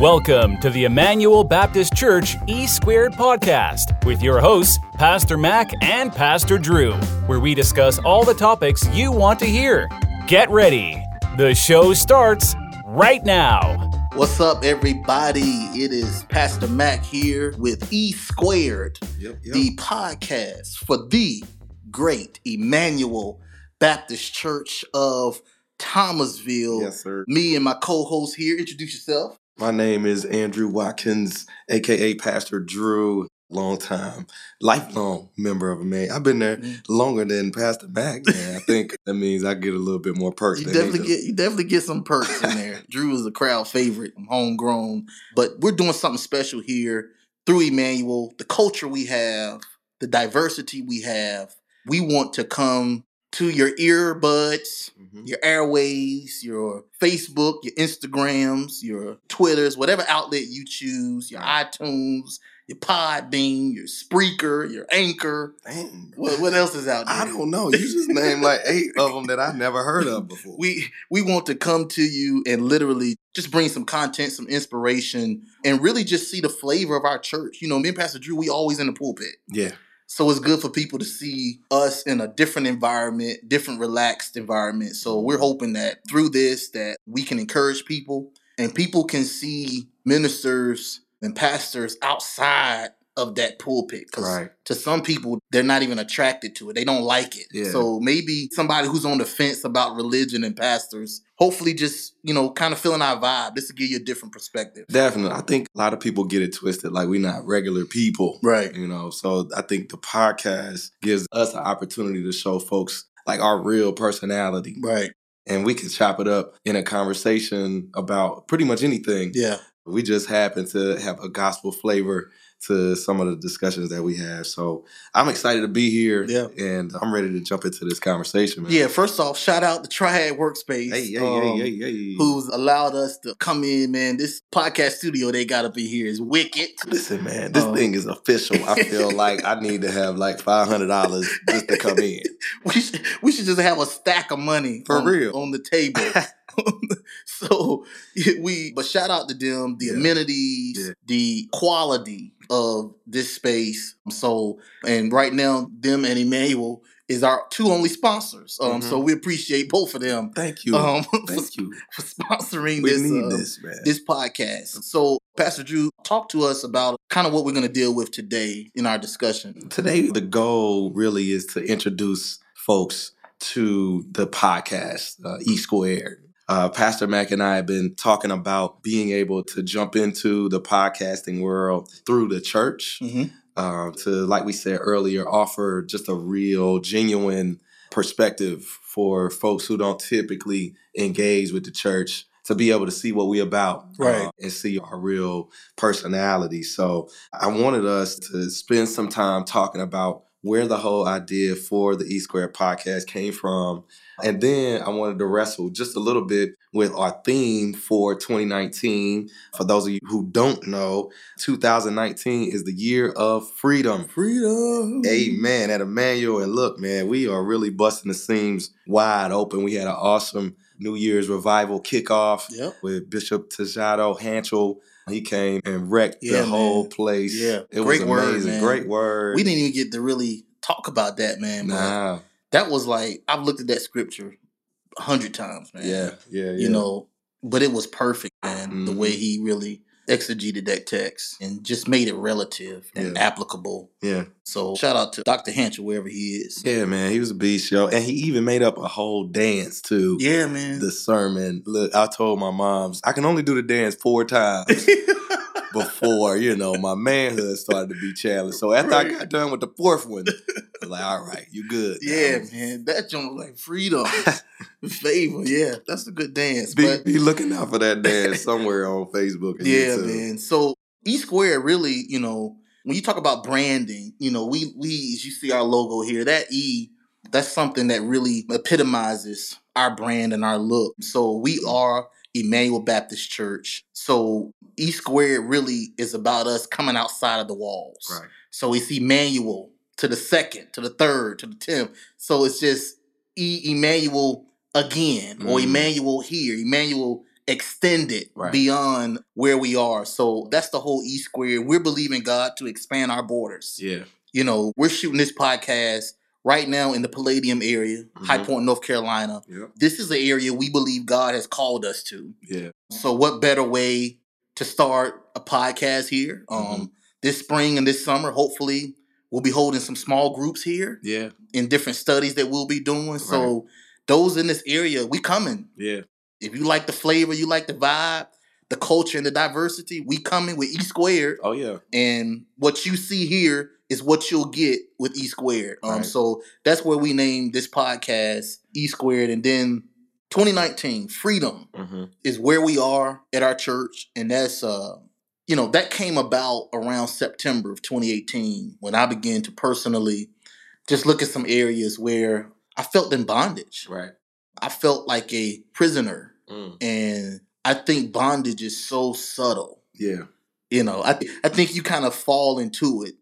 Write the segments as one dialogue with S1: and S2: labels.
S1: Welcome to the Emmanuel Baptist Church E Squared podcast with your hosts, Pastor Mac and Pastor Drew, where we discuss all the topics you want to hear. Get ready. The show starts right now.
S2: What's up, everybody? It is Pastor Mac here with E Squared,
S3: Yep, yep.
S2: the podcast for the great Emmanuel Baptist Church of Thomasville.
S3: Yes, sir.
S2: Me and my co host here, introduce yourself.
S3: My name is Andrew Watkins, aka Pastor Drew. Long time, lifelong member of man. I've been there
S2: Mm.
S3: longer than Pastor Mac. Man. I think that means I get a little bit more perks.
S2: You
S3: than they
S2: definitely
S3: do.
S2: get you definitely get some perks in there. Drew is a crowd favorite, I'm homegrown, but we're doing something special here through Emmanuel. The culture we have, the diversity we have, we want to come to your earbuds,
S3: Mhm.
S2: your airways, your Facebook, your Instagrams, your Twitters, whatever outlet you choose, your iTunes, your Podbean, your Spreaker, your Anchor.
S3: Dang.
S2: What, what else is out there?
S3: I don't know. You just named like eight of them that I never heard of before.
S2: we we want to come to you and literally just bring some content, some inspiration, and really just see the flavor of our church. You know, me and Pastor Drew, we always in the pulpit.
S3: yeah,
S2: So it's good for people to see us in a different environment, different relaxed environment. So we're hoping that through this that we can encourage people and people can see ministers and pastors outside of that pulpit. 'Cause
S3: right.
S2: to some people they're not even attracted to it they don't like it
S3: Yeah.
S2: so maybe somebody who's on the fence about religion and pastors hopefully just you know kind of feeling our vibe this will give you a different perspective
S3: Definitely. I think a lot of people get it twisted. Like we're not regular people.
S2: right
S3: you know so i think the podcast gives us an opportunity to show folks like our real personality
S2: right
S3: and we can chop it up in a conversation about pretty much anything
S2: yeah
S3: we just happen to have a gospel flavor to some of the discussions that we have so i'm excited to be here
S2: Yeah.
S3: and i'm ready to jump into this conversation man.
S2: yeah first off shout out the triad workspace
S3: hey hey
S2: um,
S3: hey hey hey
S2: who's allowed us to come in man this podcast studio they gotta be here is wicked
S3: Listen, man, this
S2: Um,
S3: thing is official. I feel like I need to have like five hundred dollars just to come in.
S2: we should, we should just have a stack of money
S3: For
S2: on,
S3: real.
S2: on the table. so we, but shout out to them, the
S3: Yeah.
S2: amenities,
S3: Yeah.
S2: the quality of this space. So, and right now, them and Emmanuel is our two only sponsors. Um,
S3: Mhm.
S2: so we appreciate both of them.
S3: Thank you,
S2: Um, for,
S3: thank you.
S2: for sponsoring
S3: We
S2: this,
S3: need
S2: uh,
S3: this, man.
S2: this podcast. So, Pastor Drew, talk to us about kind of what we're going to deal with today in our discussion.
S3: Today, the goal really is to introduce folks to the podcast, uh, E Squared. Uh, Pastor Mack and I have been talking about being able to jump into the podcasting world through the church
S2: Mhm.
S3: uh, to, like we said earlier, offer just a real, genuine perspective for folks who don't typically engage with the church to be able to see what we about uh,
S2: Right.
S3: and see our real personality. So I wanted us to spend some time talking about where the whole idea for the E Square podcast came from. And then I wanted to wrestle just a little bit with our theme for 2019. For those of you who don't know, 2019 is the year of freedom.
S2: Freedom.
S3: Amen. At Emmanuel. And look, man, we are really busting the seams wide open. We had an awesome New Year's revival kickoff
S2: Yep.
S3: with Bishop Tejado Hanchel. He came and wrecked
S2: Yeah,
S3: the whole
S2: man.
S3: place.
S2: Yeah.
S3: it
S2: Great
S3: was
S2: word,
S3: amazing.
S2: man.
S3: Great word.
S2: We didn't even get to really talk about that, man. But
S3: Nah,
S2: that was like I've looked at that scripture a hundred times, man.
S3: yeah, yeah, yeah.
S2: You know, but it was perfect, man. The
S3: Mhm.
S2: way he really exegeted that text and just made it relative and
S3: Yeah.
S2: applicable.
S3: yeah,
S2: So shout out to Dr. Hancher, wherever he is.
S3: yeah, man. He was a beast, yo, and he even made up a whole dance too.
S2: Yeah, man.
S3: The sermon. Look, I told my moms I can only do the dance four times. before you know my manhood started to be challenged. So after I
S2: Right.
S3: got done with the fourth one, I was like, all right, you good? now."
S2: yeah, man. That joint was like freedom. Favor. Yeah. That's a good dance.
S3: Be,
S2: but
S3: be looking out for that dance somewhere on Facebook. And
S2: Yeah,
S3: YouTube.
S2: man. So E Square really, you know, when you talk about branding, you know, we we as you see our logo here, that E, that's something that really epitomizes our brand and our look. So we are Emmanuel Baptist Church. So E Square really is about us coming outside of the walls.
S3: Right.
S2: So it's Emmanuel to the second, to the third, to the tenth. So it's just E Emmanuel again, or
S3: Mm.
S2: Emmanuel here, Emmanuel extend it
S3: Right.
S2: beyond where we are. So that's the whole E squared. We're believing God to expand our borders.
S3: Yeah.
S2: You know, we're shooting this podcast right now in the Palladium area, High
S3: Mhm.
S2: Point, North Carolina.
S3: Yeah.
S2: This is the area we believe God has called us to.
S3: Yeah.
S2: So, what better way to start a podcast here? Um, This spring and this summer, hopefully, we'll be holding some small groups here
S3: Yeah.
S2: in different studies that we'll be doing. So, those in this area, we coming.
S3: Yeah.
S2: If you like the flavor, you like the vibe, the culture, and the diversity, we coming with E squared.
S3: Oh yeah.
S2: And what you see here is what you'll get with E squared. Um,
S3: Right.
S2: So that's where we named this podcast E squared. And then 2019, freedom
S3: Mm-hmm.
S2: is where we are at our church and that's uh you know that came about around september of 2018 when i began to personally just look at some areas where i felt in bondage
S3: Right.
S2: i felt like a prisoner
S3: Mm.
S2: and i think bondage is so subtle
S3: Yeah.
S2: you know i, I think you kind of fall into it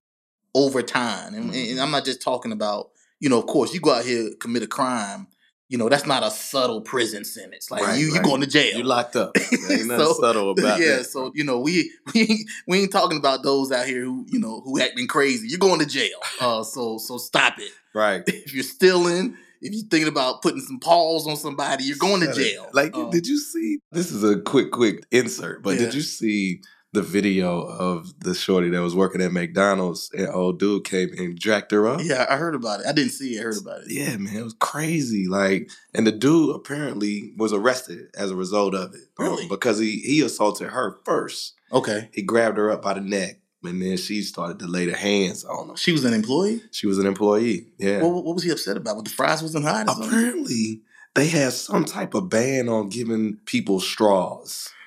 S2: over time and,
S3: Mhm.
S2: and i'm not just talking about you know of course you go out here commit a crime you know that's not a subtle prison sentence like
S3: Right,
S2: you, you
S3: right.
S2: going to jail
S3: You locked up. There ain't nothing
S2: So,
S3: subtle about
S2: yeah,
S3: that.
S2: so you know we we ain't- we ain't talking about those out here who you know who acting crazy. You're going to jail. Uh, so so stop it.
S3: Right.
S2: If you're stealing, if you're thinking about putting some paws on somebody, you're going to
S3: Shut it.
S2: jail.
S3: Like,
S2: Um,
S3: did you see? This is a quick, quick insert, but did
S2: Yeah.
S3: you see the video of the shorty that was working at McDonald's and old dude came and jacked her up?
S2: yeah, I heard about it. I didn't see it. I heard about it.
S3: Yeah, man, it was crazy. Like, and the dude apparently was arrested as a result of it. um,
S2: Really?
S3: because he he assaulted her first.
S2: Okay,
S3: He grabbed her up by the neck, and then she started to lay the hands on him.
S2: she was an employee.
S3: She was an employee. Yeah.
S2: What, what was he upset about? What the fries wasn't hot? Or something?
S3: apparently, they have some type of ban on giving people straws.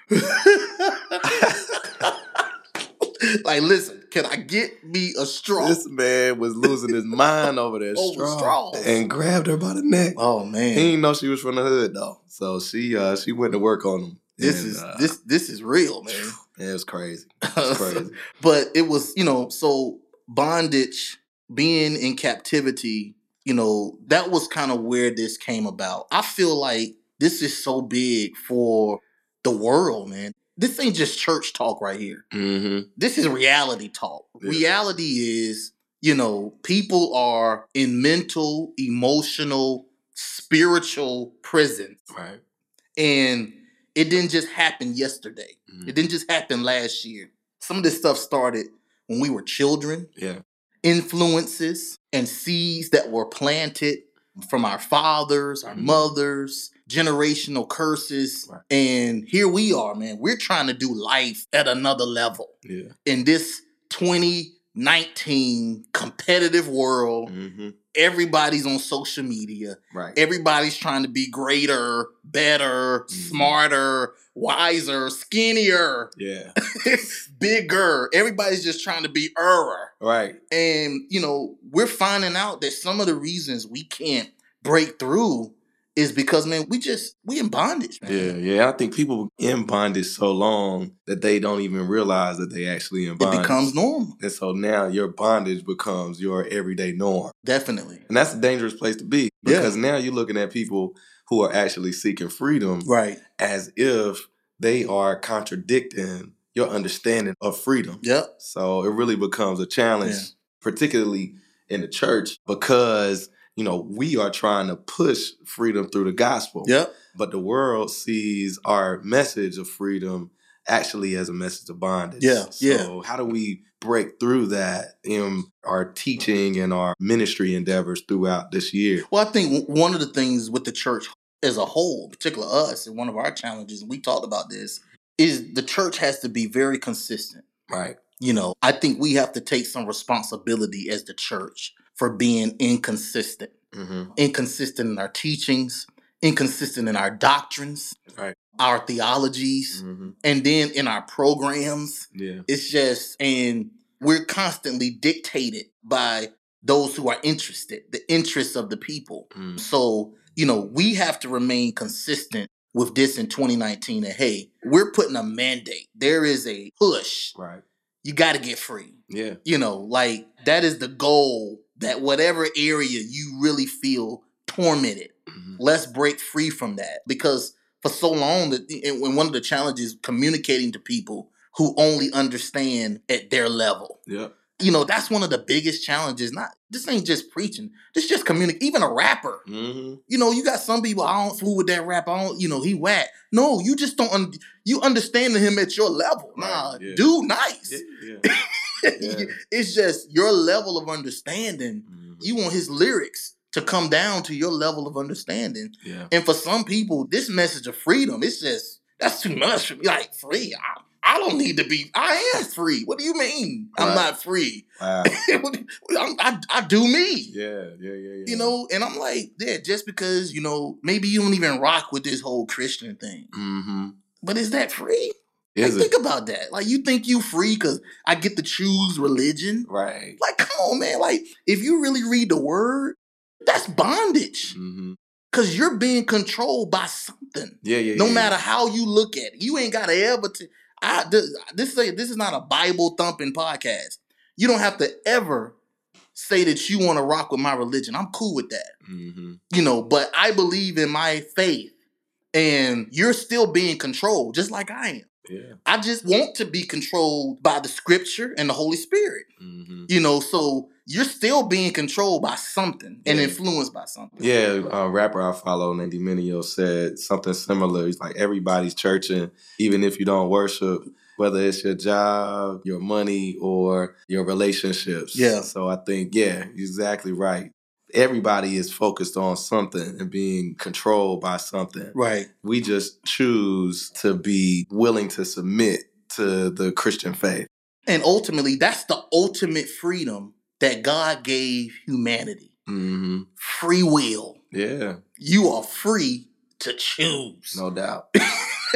S2: like, listen, can I get me a straw?
S3: This man was losing his mind over that
S2: Over
S3: straw
S2: straws.
S3: and grabbed her by the neck.
S2: oh
S3: He
S2: man,
S3: didn't know she was from the hood though, so she uh she went to work on him.
S2: this
S3: And,
S2: is
S3: uh,
S2: this this is real, man.
S3: It was crazy. It was crazy.
S2: but it was you know so bondage being in captivity you know that was kind of where this came about i feel like this is so big for the world man this ain't just church talk right here
S3: mm-hmm.
S2: this is reality talk
S3: Yeah.
S2: reality is you know people are in mental emotional spiritual prison
S3: Right.
S2: and it didn't just happen yesterday
S3: Mm-hmm.
S2: it didn't just happen last year. Some of this stuff started when we were children.
S3: Yeah.
S2: Influences and seeds that were planted from our fathers, our
S3: Mhm.
S2: mothers, generational curses.
S3: Right.
S2: And here we are, man. We're trying to do life at another level
S3: Yeah.
S2: in this 2019 competitive world.
S3: Mm-hmm.
S2: Everybody's on social media.
S3: Right.
S2: Everybody's trying to be greater, better, smarter, wiser, skinnier
S3: yeah.
S2: bigger. Everybody's just trying to be error.
S3: Right.
S2: And, you know, we're finding out that some of the reasons we can't break through is because, man, we just, we in bondage, man.
S3: Yeah. Yeah. I think people in bondage so long that they don't even realize that they actually in
S2: It
S3: bondage.
S2: becomes normal.
S3: and so now your bondage becomes your everyday norm.
S2: Definitely.
S3: And that's a dangerous place to be
S2: Yeah.
S3: because now you're looking at people who are actually seeking freedom
S2: Right.
S3: as if they are contradicting your understanding of freedom.
S2: Yep.
S3: So it really becomes a challenge,
S2: Yeah.
S3: particularly in the church, because you know we are trying to push freedom through the gospel,
S2: Yep.
S3: but the world sees our message of freedom actually as a message of bondage.
S2: Yeah,
S3: So
S2: yeah.
S3: how do we break through that in our teaching and our ministry endeavors throughout this year?
S2: Well, I think w- one of the things with the church as a whole, particular us, and one of our challenges, and we talked about this, is the church has to be very consistent.
S3: Right.
S2: you know, I think we have to take some responsibility as the church for being inconsistent,
S3: Mm-hmm.
S2: inconsistent in our teachings, inconsistent in our doctrines,
S3: Right.
S2: our theologies,
S3: Mm-hmm.
S2: and then in our programs.
S3: Yeah.
S2: It's just, and we're constantly dictated by those who are interested, the interests of the people.
S3: Mm.
S2: So, you know, we have to remain consistent with this in 2019 that, hey, we're putting a mandate. There is a push.
S3: Right.
S2: You got to get free
S3: Yeah.
S2: you know, like that is the goal that whatever area you really feel tormented,
S3: Mhm.
S2: let's break free from that because for so long that and one of the challenges communicating to people who only understand at their level.
S3: Yeah.
S2: You know, that's one of the biggest challenges. Not this ain't just preaching. This just communicate. Even a rapper,
S3: Mm-hmm.
S2: you know, you got some people. I don't fool with that rap. I don't, you know, he whack. No, you just don't. Un- you understand him at your level.
S3: Right,
S2: Nah,
S3: yeah.
S2: dude, nice.
S3: Yeah. yeah. Yeah.
S2: it's just your level of understanding.
S3: Mhm.
S2: You want his lyrics to come down to your level of understanding.
S3: yeah.
S2: And for some people, this message of freedom, it's just that's too much for me. Like free. I, I don't need to be. I am free. What do you mean? I'm
S3: Right.
S2: not free.
S3: Wow.
S2: I'm- I, I do me.
S3: Yeah. Yeah. Yeah. Yeah.
S2: You know, and I'm like, yeah, just because you know, maybe you don't even rock with this whole Christian thing.
S3: Mm-hmm.
S2: But is that free?
S3: Is
S2: like,
S3: it
S2: think about that. Like, you think you free because I get to choose religion?
S3: right?
S2: Like, come on, man. Like, if you really read the word, that's bondage
S3: Mm-hmm.
S2: because you're being controlled by something
S3: Yeah. Yeah.
S2: no
S3: yeah.
S2: matter how you look at it. You ain't gotta ever. T- I this this is, this is not a Bible thumping podcast. You don't have to ever say that you want to rock with my religion. I'm cool with that,
S3: Mm-hmm.
S2: you know. But I believe in my faith, and you're still being controlled, just like I am.
S3: Yeah.
S2: I just want to be controlled by the Scripture and the Holy Spirit,
S3: Mm-hmm.
S2: you know. So you're still being controlled by something and
S3: Yeah.
S2: influenced by something.
S3: Yeah, a rapper I follow named Dimenio said something similar. He's like, everybody's churching, even if you don't worship, whether it's your job, your money, or your relationships.
S2: Yeah.
S3: So I think, yeah, exactly right. Everybody is focused on something and being controlled by something.
S2: Right.
S3: We just choose to be willing to submit to the Christian faith.
S2: And ultimately, that's the ultimate freedom that God gave humanity
S3: Mm-hmm.
S2: free will.
S3: Yeah,
S2: You are free to choose.
S3: no doubt.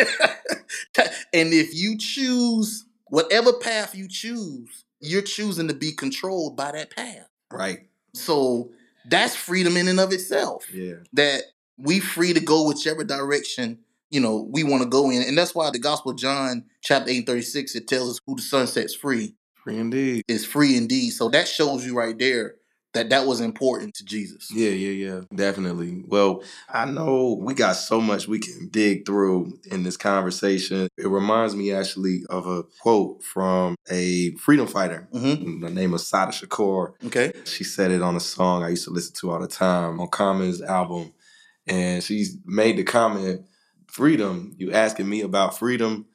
S2: and if you choose whatever path you choose, you're choosing to be controlled by that path.
S3: Right.
S2: So that's freedom in and of itself.
S3: Yeah.
S2: That we free to go whichever direction you know we want to go in, and that's why the Gospel of John chapter eight thirty six it tells us who the Son sets free
S3: Free indeed.
S2: is free indeed. So that shows you right there that that was important to Jesus.
S3: Yeah, yeah, yeah, definitely. Well, I know we got so much we can dig through in this conversation. It reminds me actually of a quote from a freedom fighter.
S2: Mm-hmm.
S3: The name of Sada Shakur.
S2: Okay.
S3: She said it on a song I used to listen to all the time on Common's album. And she's made the comment, Freedom, you asking me about freedom?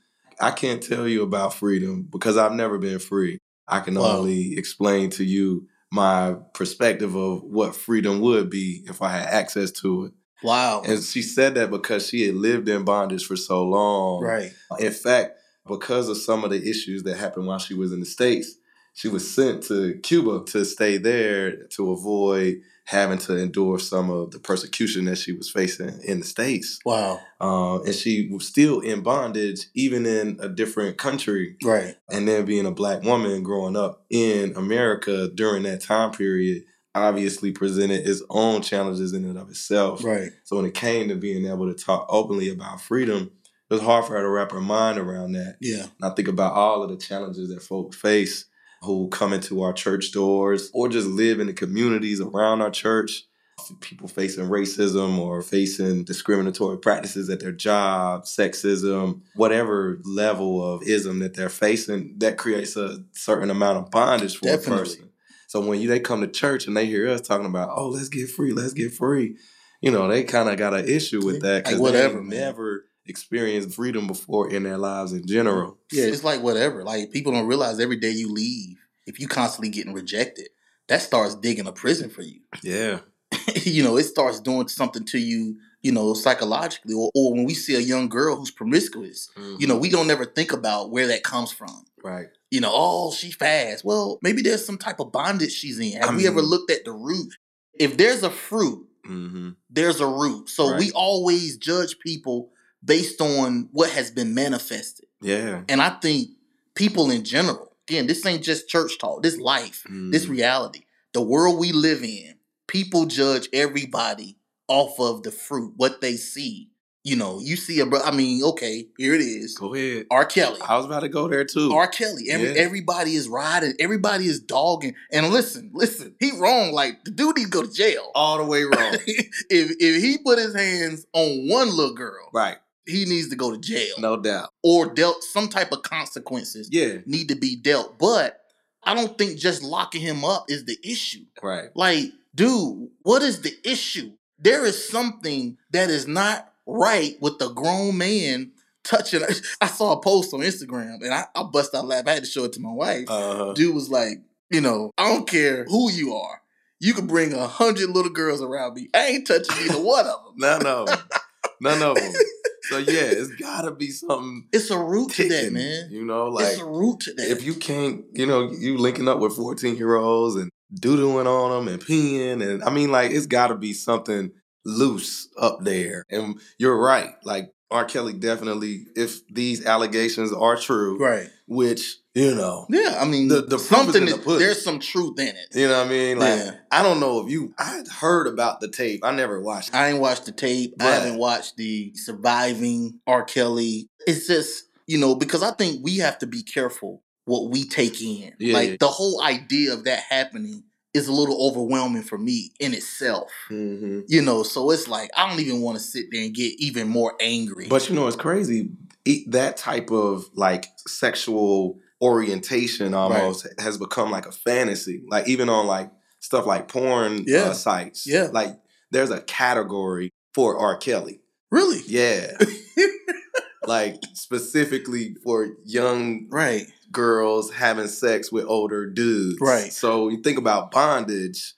S3: I can't tell you about freedom because I've never been free. I can
S2: Wow.
S3: only explain to you my perspective of what freedom would be if I had access to it.
S2: Wow.
S3: And she said that because she had lived in bondage for so long.
S2: right.
S3: In fact, because of some of the issues that happened while she was in the States, she was sent to Cuba to stay there to avoid having to endure some of the persecution that she was facing in the States.
S2: Wow.
S3: Uh, and she was still in bondage, even in a different country.
S2: Right.
S3: And then being a black woman growing up in America during that time period obviously presented its own challenges in and of itself.
S2: Right.
S3: So when it came to being able to talk openly about freedom, it was hard for her to wrap her mind around that.
S2: Yeah.
S3: And I think about all of the challenges that folks face who come into our church doors or just live in the communities around our church. People facing racism or facing discriminatory practices at their job, sexism, whatever level of ism that they're facing, that creates a certain amount of bondage for
S2: Definitely.
S3: a person. So when you, they come to church and they hear us talking about, oh, let's get free, let's get free, you know, they kind of got an issue with that
S2: Like,
S3: because
S2: whatever,
S3: they
S2: man.
S3: never experienced freedom before in their lives in general.
S2: Yeah. It's like whatever. Like people don't realize every day you leave, if you constantly getting rejected, that starts digging a prison for you.
S3: Yeah.
S2: you know, it starts doing something to you. You know, psychologically, or, or when we see a young girl who's promiscuous, you know, we don't ever think about where that comes from.
S3: right.
S2: you know, oh, she fast. Well, maybe there's some type of bondage she's in. Have
S3: I
S2: we ever
S3: mean-
S2: looked at the root? If there's a fruit,
S3: Mm-hmm.
S2: there's a root. So we
S3: Right.
S2: always judge people based on what has been manifested.
S3: Yeah.
S2: And I think people in general, again, this ain't just church talk, this life, this
S3: Mhm.
S2: reality, the world we live in, people judge everybody off of the fruit, what they see. You know, you see a bro, I mean, okay, here it is.
S3: Mm-hmm. Go ahead.
S2: R. Kelly.
S3: I was about to go there too.
S2: R. Kelly. Every,
S3: Yeah.
S2: Everybody is riding. Everybody is dogging. And listen, listen, he wrong. Like the dude needs to go to jail.
S3: All the way wrong.
S2: if if he put his hands on one little girl,
S3: right.
S2: he needs to go to jail
S3: no doubt.
S2: or dealt some type of consequences
S3: Yeah,
S2: need to be dealt. But I don't think just locking him up is the issue.
S3: right.
S2: Like, dude, what is the issue? There is something that is not right with the grown man touching. I saw a post on Instagram and I, I bust out laugh. I had to show it to my wife.
S3: Uh,
S2: Dude was like, you know, I don't care who you are. You can bring a hundred little girls around me. I ain't touching either one of them.
S3: none of them. None of them. So yeah, it's gotta be something
S2: It's a root to that,
S3: ticking,
S2: man.
S3: You know, like
S2: it's a root to that.
S3: if you can't, you know, you linking up with 14 year olds and doodling on them and peeing. And I mean, like, it's got to be something loose up there. And you're right. Like, R. Kelly definitely, if these allegations are true,
S2: right.
S3: which, you know,
S2: Yeah, I mean,
S3: The- the proof is
S2: something
S3: in the
S2: is,
S3: pudding.
S2: there's some truth in it.
S3: you know what I mean? Like,
S2: Yeah.
S3: I don't know if you, I heard about the tape. I never watched it.
S2: I ain't watched the tape. I
S3: Right.
S2: haven't watched the surviving R. Kelly. It's just, you know, because I think we have to be careful what we take in.
S3: Yeah,
S2: like
S3: yeah.
S2: the whole idea of that happening is a little overwhelming for me in itself.
S3: Mm-hmm.
S2: You know, so it's like I don't even want to sit there and get even more angry.
S3: But you know, it's crazy. E- That type of like sexual orientation almost has become like a fantasy. Like even on like stuff like porn
S2: Yeah.
S3: uh, sites.
S2: Yeah.
S3: Like there's a category for R. Kelly.
S2: really,
S3: Yeah. like specifically for young
S2: right?
S3: girls having sex with older dudes.
S2: Right.
S3: So you think about bondage,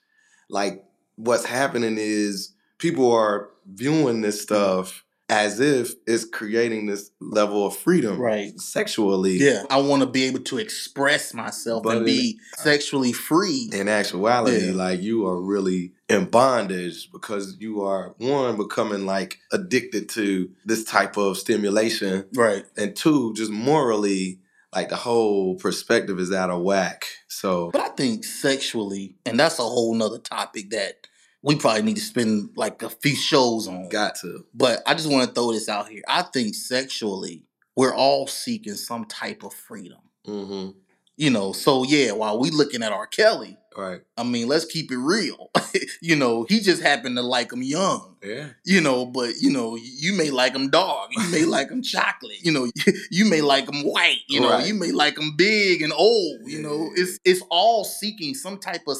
S3: like what's happening is people are viewing this stuff as if it's creating this level of freedom
S2: Right.
S3: sexually.
S2: Yeah, I want to be able to express myself
S3: But uh,
S2: and
S3: it-
S2: be sexually free.
S3: In actuality,
S2: Yeah.
S3: like you are really in bondage because you are one becoming like addicted to this type of stimulation
S2: Right.
S3: and two just morally like the whole perspective is out of whack. So
S2: But I think sexually, and that's a whole nother topic that we probably need to spend like a few shows on.
S3: got to.
S2: But I just want to throw this out here. I think sexually, we're all seeking some type of freedom.
S3: Mm-hmm.
S2: You know, so yeah, while we looking at R. Kelly,
S3: Right.
S2: I mean, let's keep it real. you know, he just happened to like him young.
S3: Yeah.
S2: You know, but you know, you may like him dog. You may like him chocolate. You know, you may like him white. You know,
S3: Right.
S2: you may like him big and old. You know,
S3: Yeah.
S2: it's it's all seeking some type of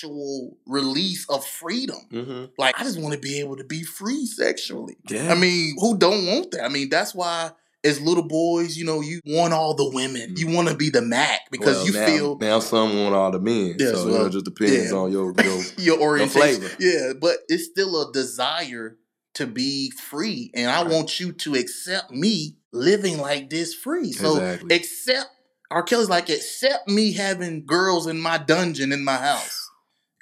S2: sexual release of freedom.
S3: Mm-hmm.
S2: Like I just want to be able to be free sexually.
S3: Yeah.
S2: I mean, who don't want that? I mean, that's why as little boys, you know, you want all the women. You want to be the Mac because
S3: Mm. Well,
S2: you
S3: now,
S2: feel
S3: now some want all the men.
S2: Yes,
S3: so you
S2: well,
S3: know, it just depends
S2: yeah.
S3: on your, your
S2: your orientation.
S3: flavor.
S2: Yeah, but it's still a desire to be free. And I
S3: Right.
S2: want you to accept me living like this free. So
S3: exactly.
S2: accept R. Kelly's like, accept me having girls in my dungeon in my house.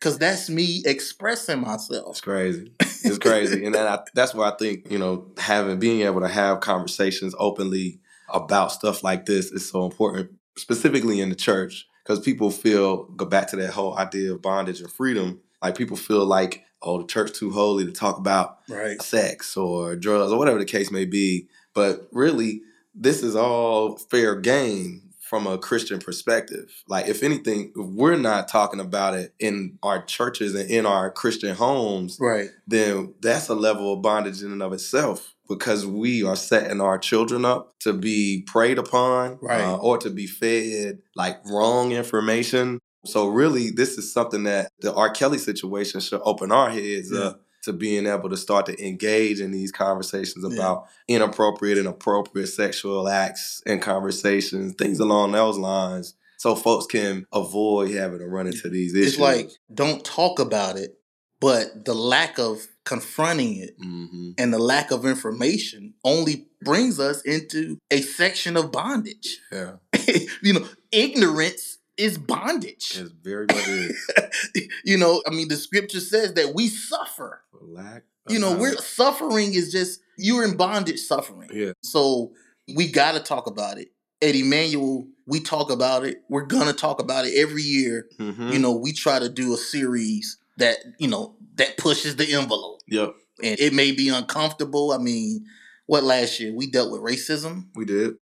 S2: Cause that's me expressing myself.
S3: It's crazy. It's crazy, and then I, that's why I think you know having being able to have conversations openly about stuff like this is so important, specifically in the church, because people feel go back to that whole idea of bondage and freedom. Like people feel like oh, the church too holy to talk about
S2: Right.
S3: sex or drugs or whatever the case may be. But really, this is all fair game from a Christian perspective. Like, if anything, if we're not talking about it in our churches and in our Christian homes,
S2: Right.
S3: then that's a level of bondage in and of itself because we are setting our children up to be preyed upon
S2: Right.
S3: uh, or to be fed like wrong information. So really, this is something that the R. Kelly situation should open our heads
S2: Yeah.
S3: up to being able to start to engage in these conversations
S2: Yeah.
S3: about inappropriate and appropriate sexual acts and conversations, things along those lines, so folks can avoid having to run into these issues.
S2: It's like don't talk about it, but the lack of confronting it
S3: hmm
S2: and the lack of information only brings us into a section of bondage.
S3: yeah,
S2: you know, ignorance is bondage.
S3: it's very much is.
S2: you know, I mean, the scripture says that we suffer.
S3: For lack of
S2: You know, we're
S3: knowledge.
S2: suffering is just you're in bondage suffering.
S3: Yeah.
S2: So we gotta talk about it. At Emmanuel, we talk about it. We're gonna talk about it every year.
S3: Mhm.
S2: You know, we try to do a series that, you know, that pushes the envelope.
S3: Yep,
S2: and it may be uncomfortable. I mean, what last year we dealt with racism,
S3: we did.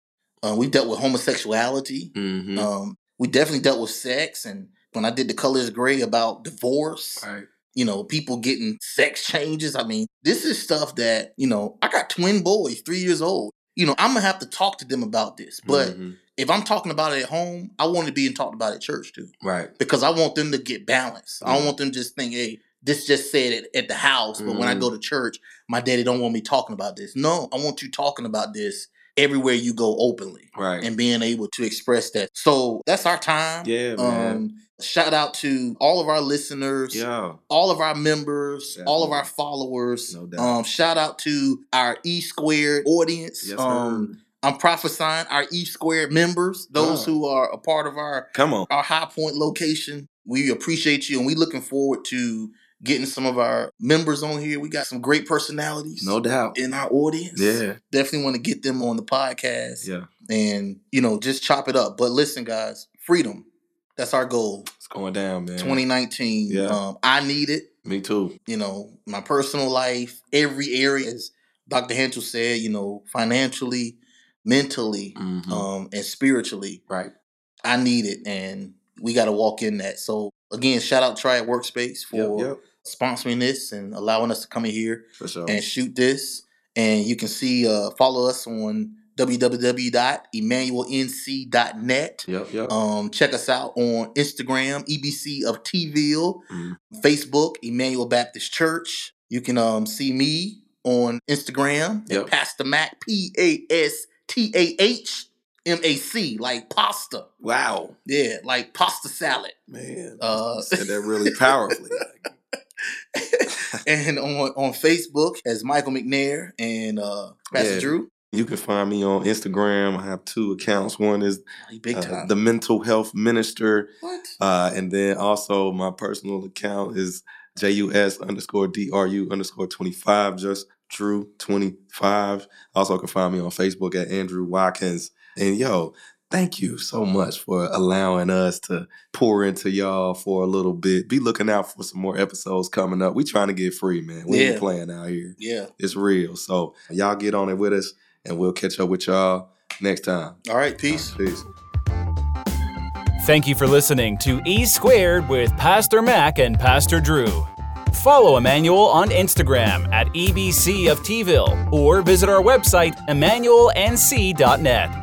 S2: uh, we dealt with homosexuality,
S3: Mm-hmm.
S2: um, we definitely dealt with sex, and when I did the colors gray about divorce,
S3: right.
S2: you know, people getting sex changes. I mean, this is stuff that, you know, I got twin boys, three years old. You know, I'm gonna have to talk to them about this. But
S3: Mhm.
S2: if I'm talking about it at home, I want to be talked about at church too.
S3: right.
S2: Because I want them to get balanced. I don't
S3: Mhm.
S2: want them to just think, hey, this just said it at the house, but when I
S3: Mhm.
S2: go to church, my daddy don't want me talking about this. No, I want you talking about this everywhere you go openly
S3: Right.
S2: and being able to express that. So that's our time.
S3: yeah, man.
S2: Um, shout out to all of our listeners,
S3: Yo.
S2: all of our members, all of
S3: Definitely.
S2: our followers.
S3: No doubt.
S2: Um, shout out to our E Squared audience.
S3: Yes,
S2: um,
S3: sir.
S2: I'm prophesying our E Squared members, those
S3: Oh.
S2: who are a part of our
S3: Come on.
S2: our High Point location. We appreciate you, and we looking forward to getting some of our members on here. We got some great personalities
S3: No doubt.
S2: in our audience.
S3: Yeah.
S2: definitely want to get them on the podcast
S3: Yeah.
S2: and you know just chop it up. But listen, guys, freedom. That's our goal.
S3: It's going down, man.
S2: 2019.
S3: Yeah.
S2: Um, I need it.
S3: Me too.
S2: You know, my personal life, every area, as Dr. Henschel said, you know, financially, mentally,
S3: Mhm.
S2: um, and spiritually,
S3: right.
S2: I need it. And we got to walk in that. So, again, shout out Triad Workspace
S3: Yep.
S2: for
S3: Yep.
S2: sponsoring this and allowing us to come in here
S3: For sure.
S2: and shoot this. And you can see, uh, follow us on www.emmanuelnc.net.
S3: Yep. Yep.
S2: Um, check us out on Instagram, EBC of Tville,
S3: Mhm.
S2: Facebook, Emmanuel Baptist Church. You can um, see me on Instagram, at
S3: Yep.
S2: Pastor Mac, P A S T A H M A C, like pasta.
S3: wow,
S2: Yeah, like pasta salad.
S3: man.
S2: Uh,
S3: You said that really powerfully. Like,
S2: and on, on Facebook as Michael McNair and uh, Pastor
S3: Yeah.
S2: Drew.
S3: you can find me on Instagram. I have two accounts. One is
S2: He big
S3: uh,
S2: time.
S3: the Mental Health Minister,
S2: what?
S3: uh, and then also my personal account is JUS underscore DRU underscore 25, just Drew 25. Also can find me on Facebook at Andrew Watkins. And yo, thank you so much for allowing us to pour into y'all for a little bit. Be looking out for some more episodes coming up. We trying to get free, man. We
S2: Yeah.
S3: ain't playing out here.
S2: Yeah.
S3: It's real. So y'all get on it with us and we'll catch up with y'all next time.
S2: All right, peace.
S3: Peace.
S1: Thank you for listening to E Squared with Pastor Mac and Pastor Drew. Follow Emmanuel on Instagram E at EBC of Tville or visit our website, emmanuelnc.net.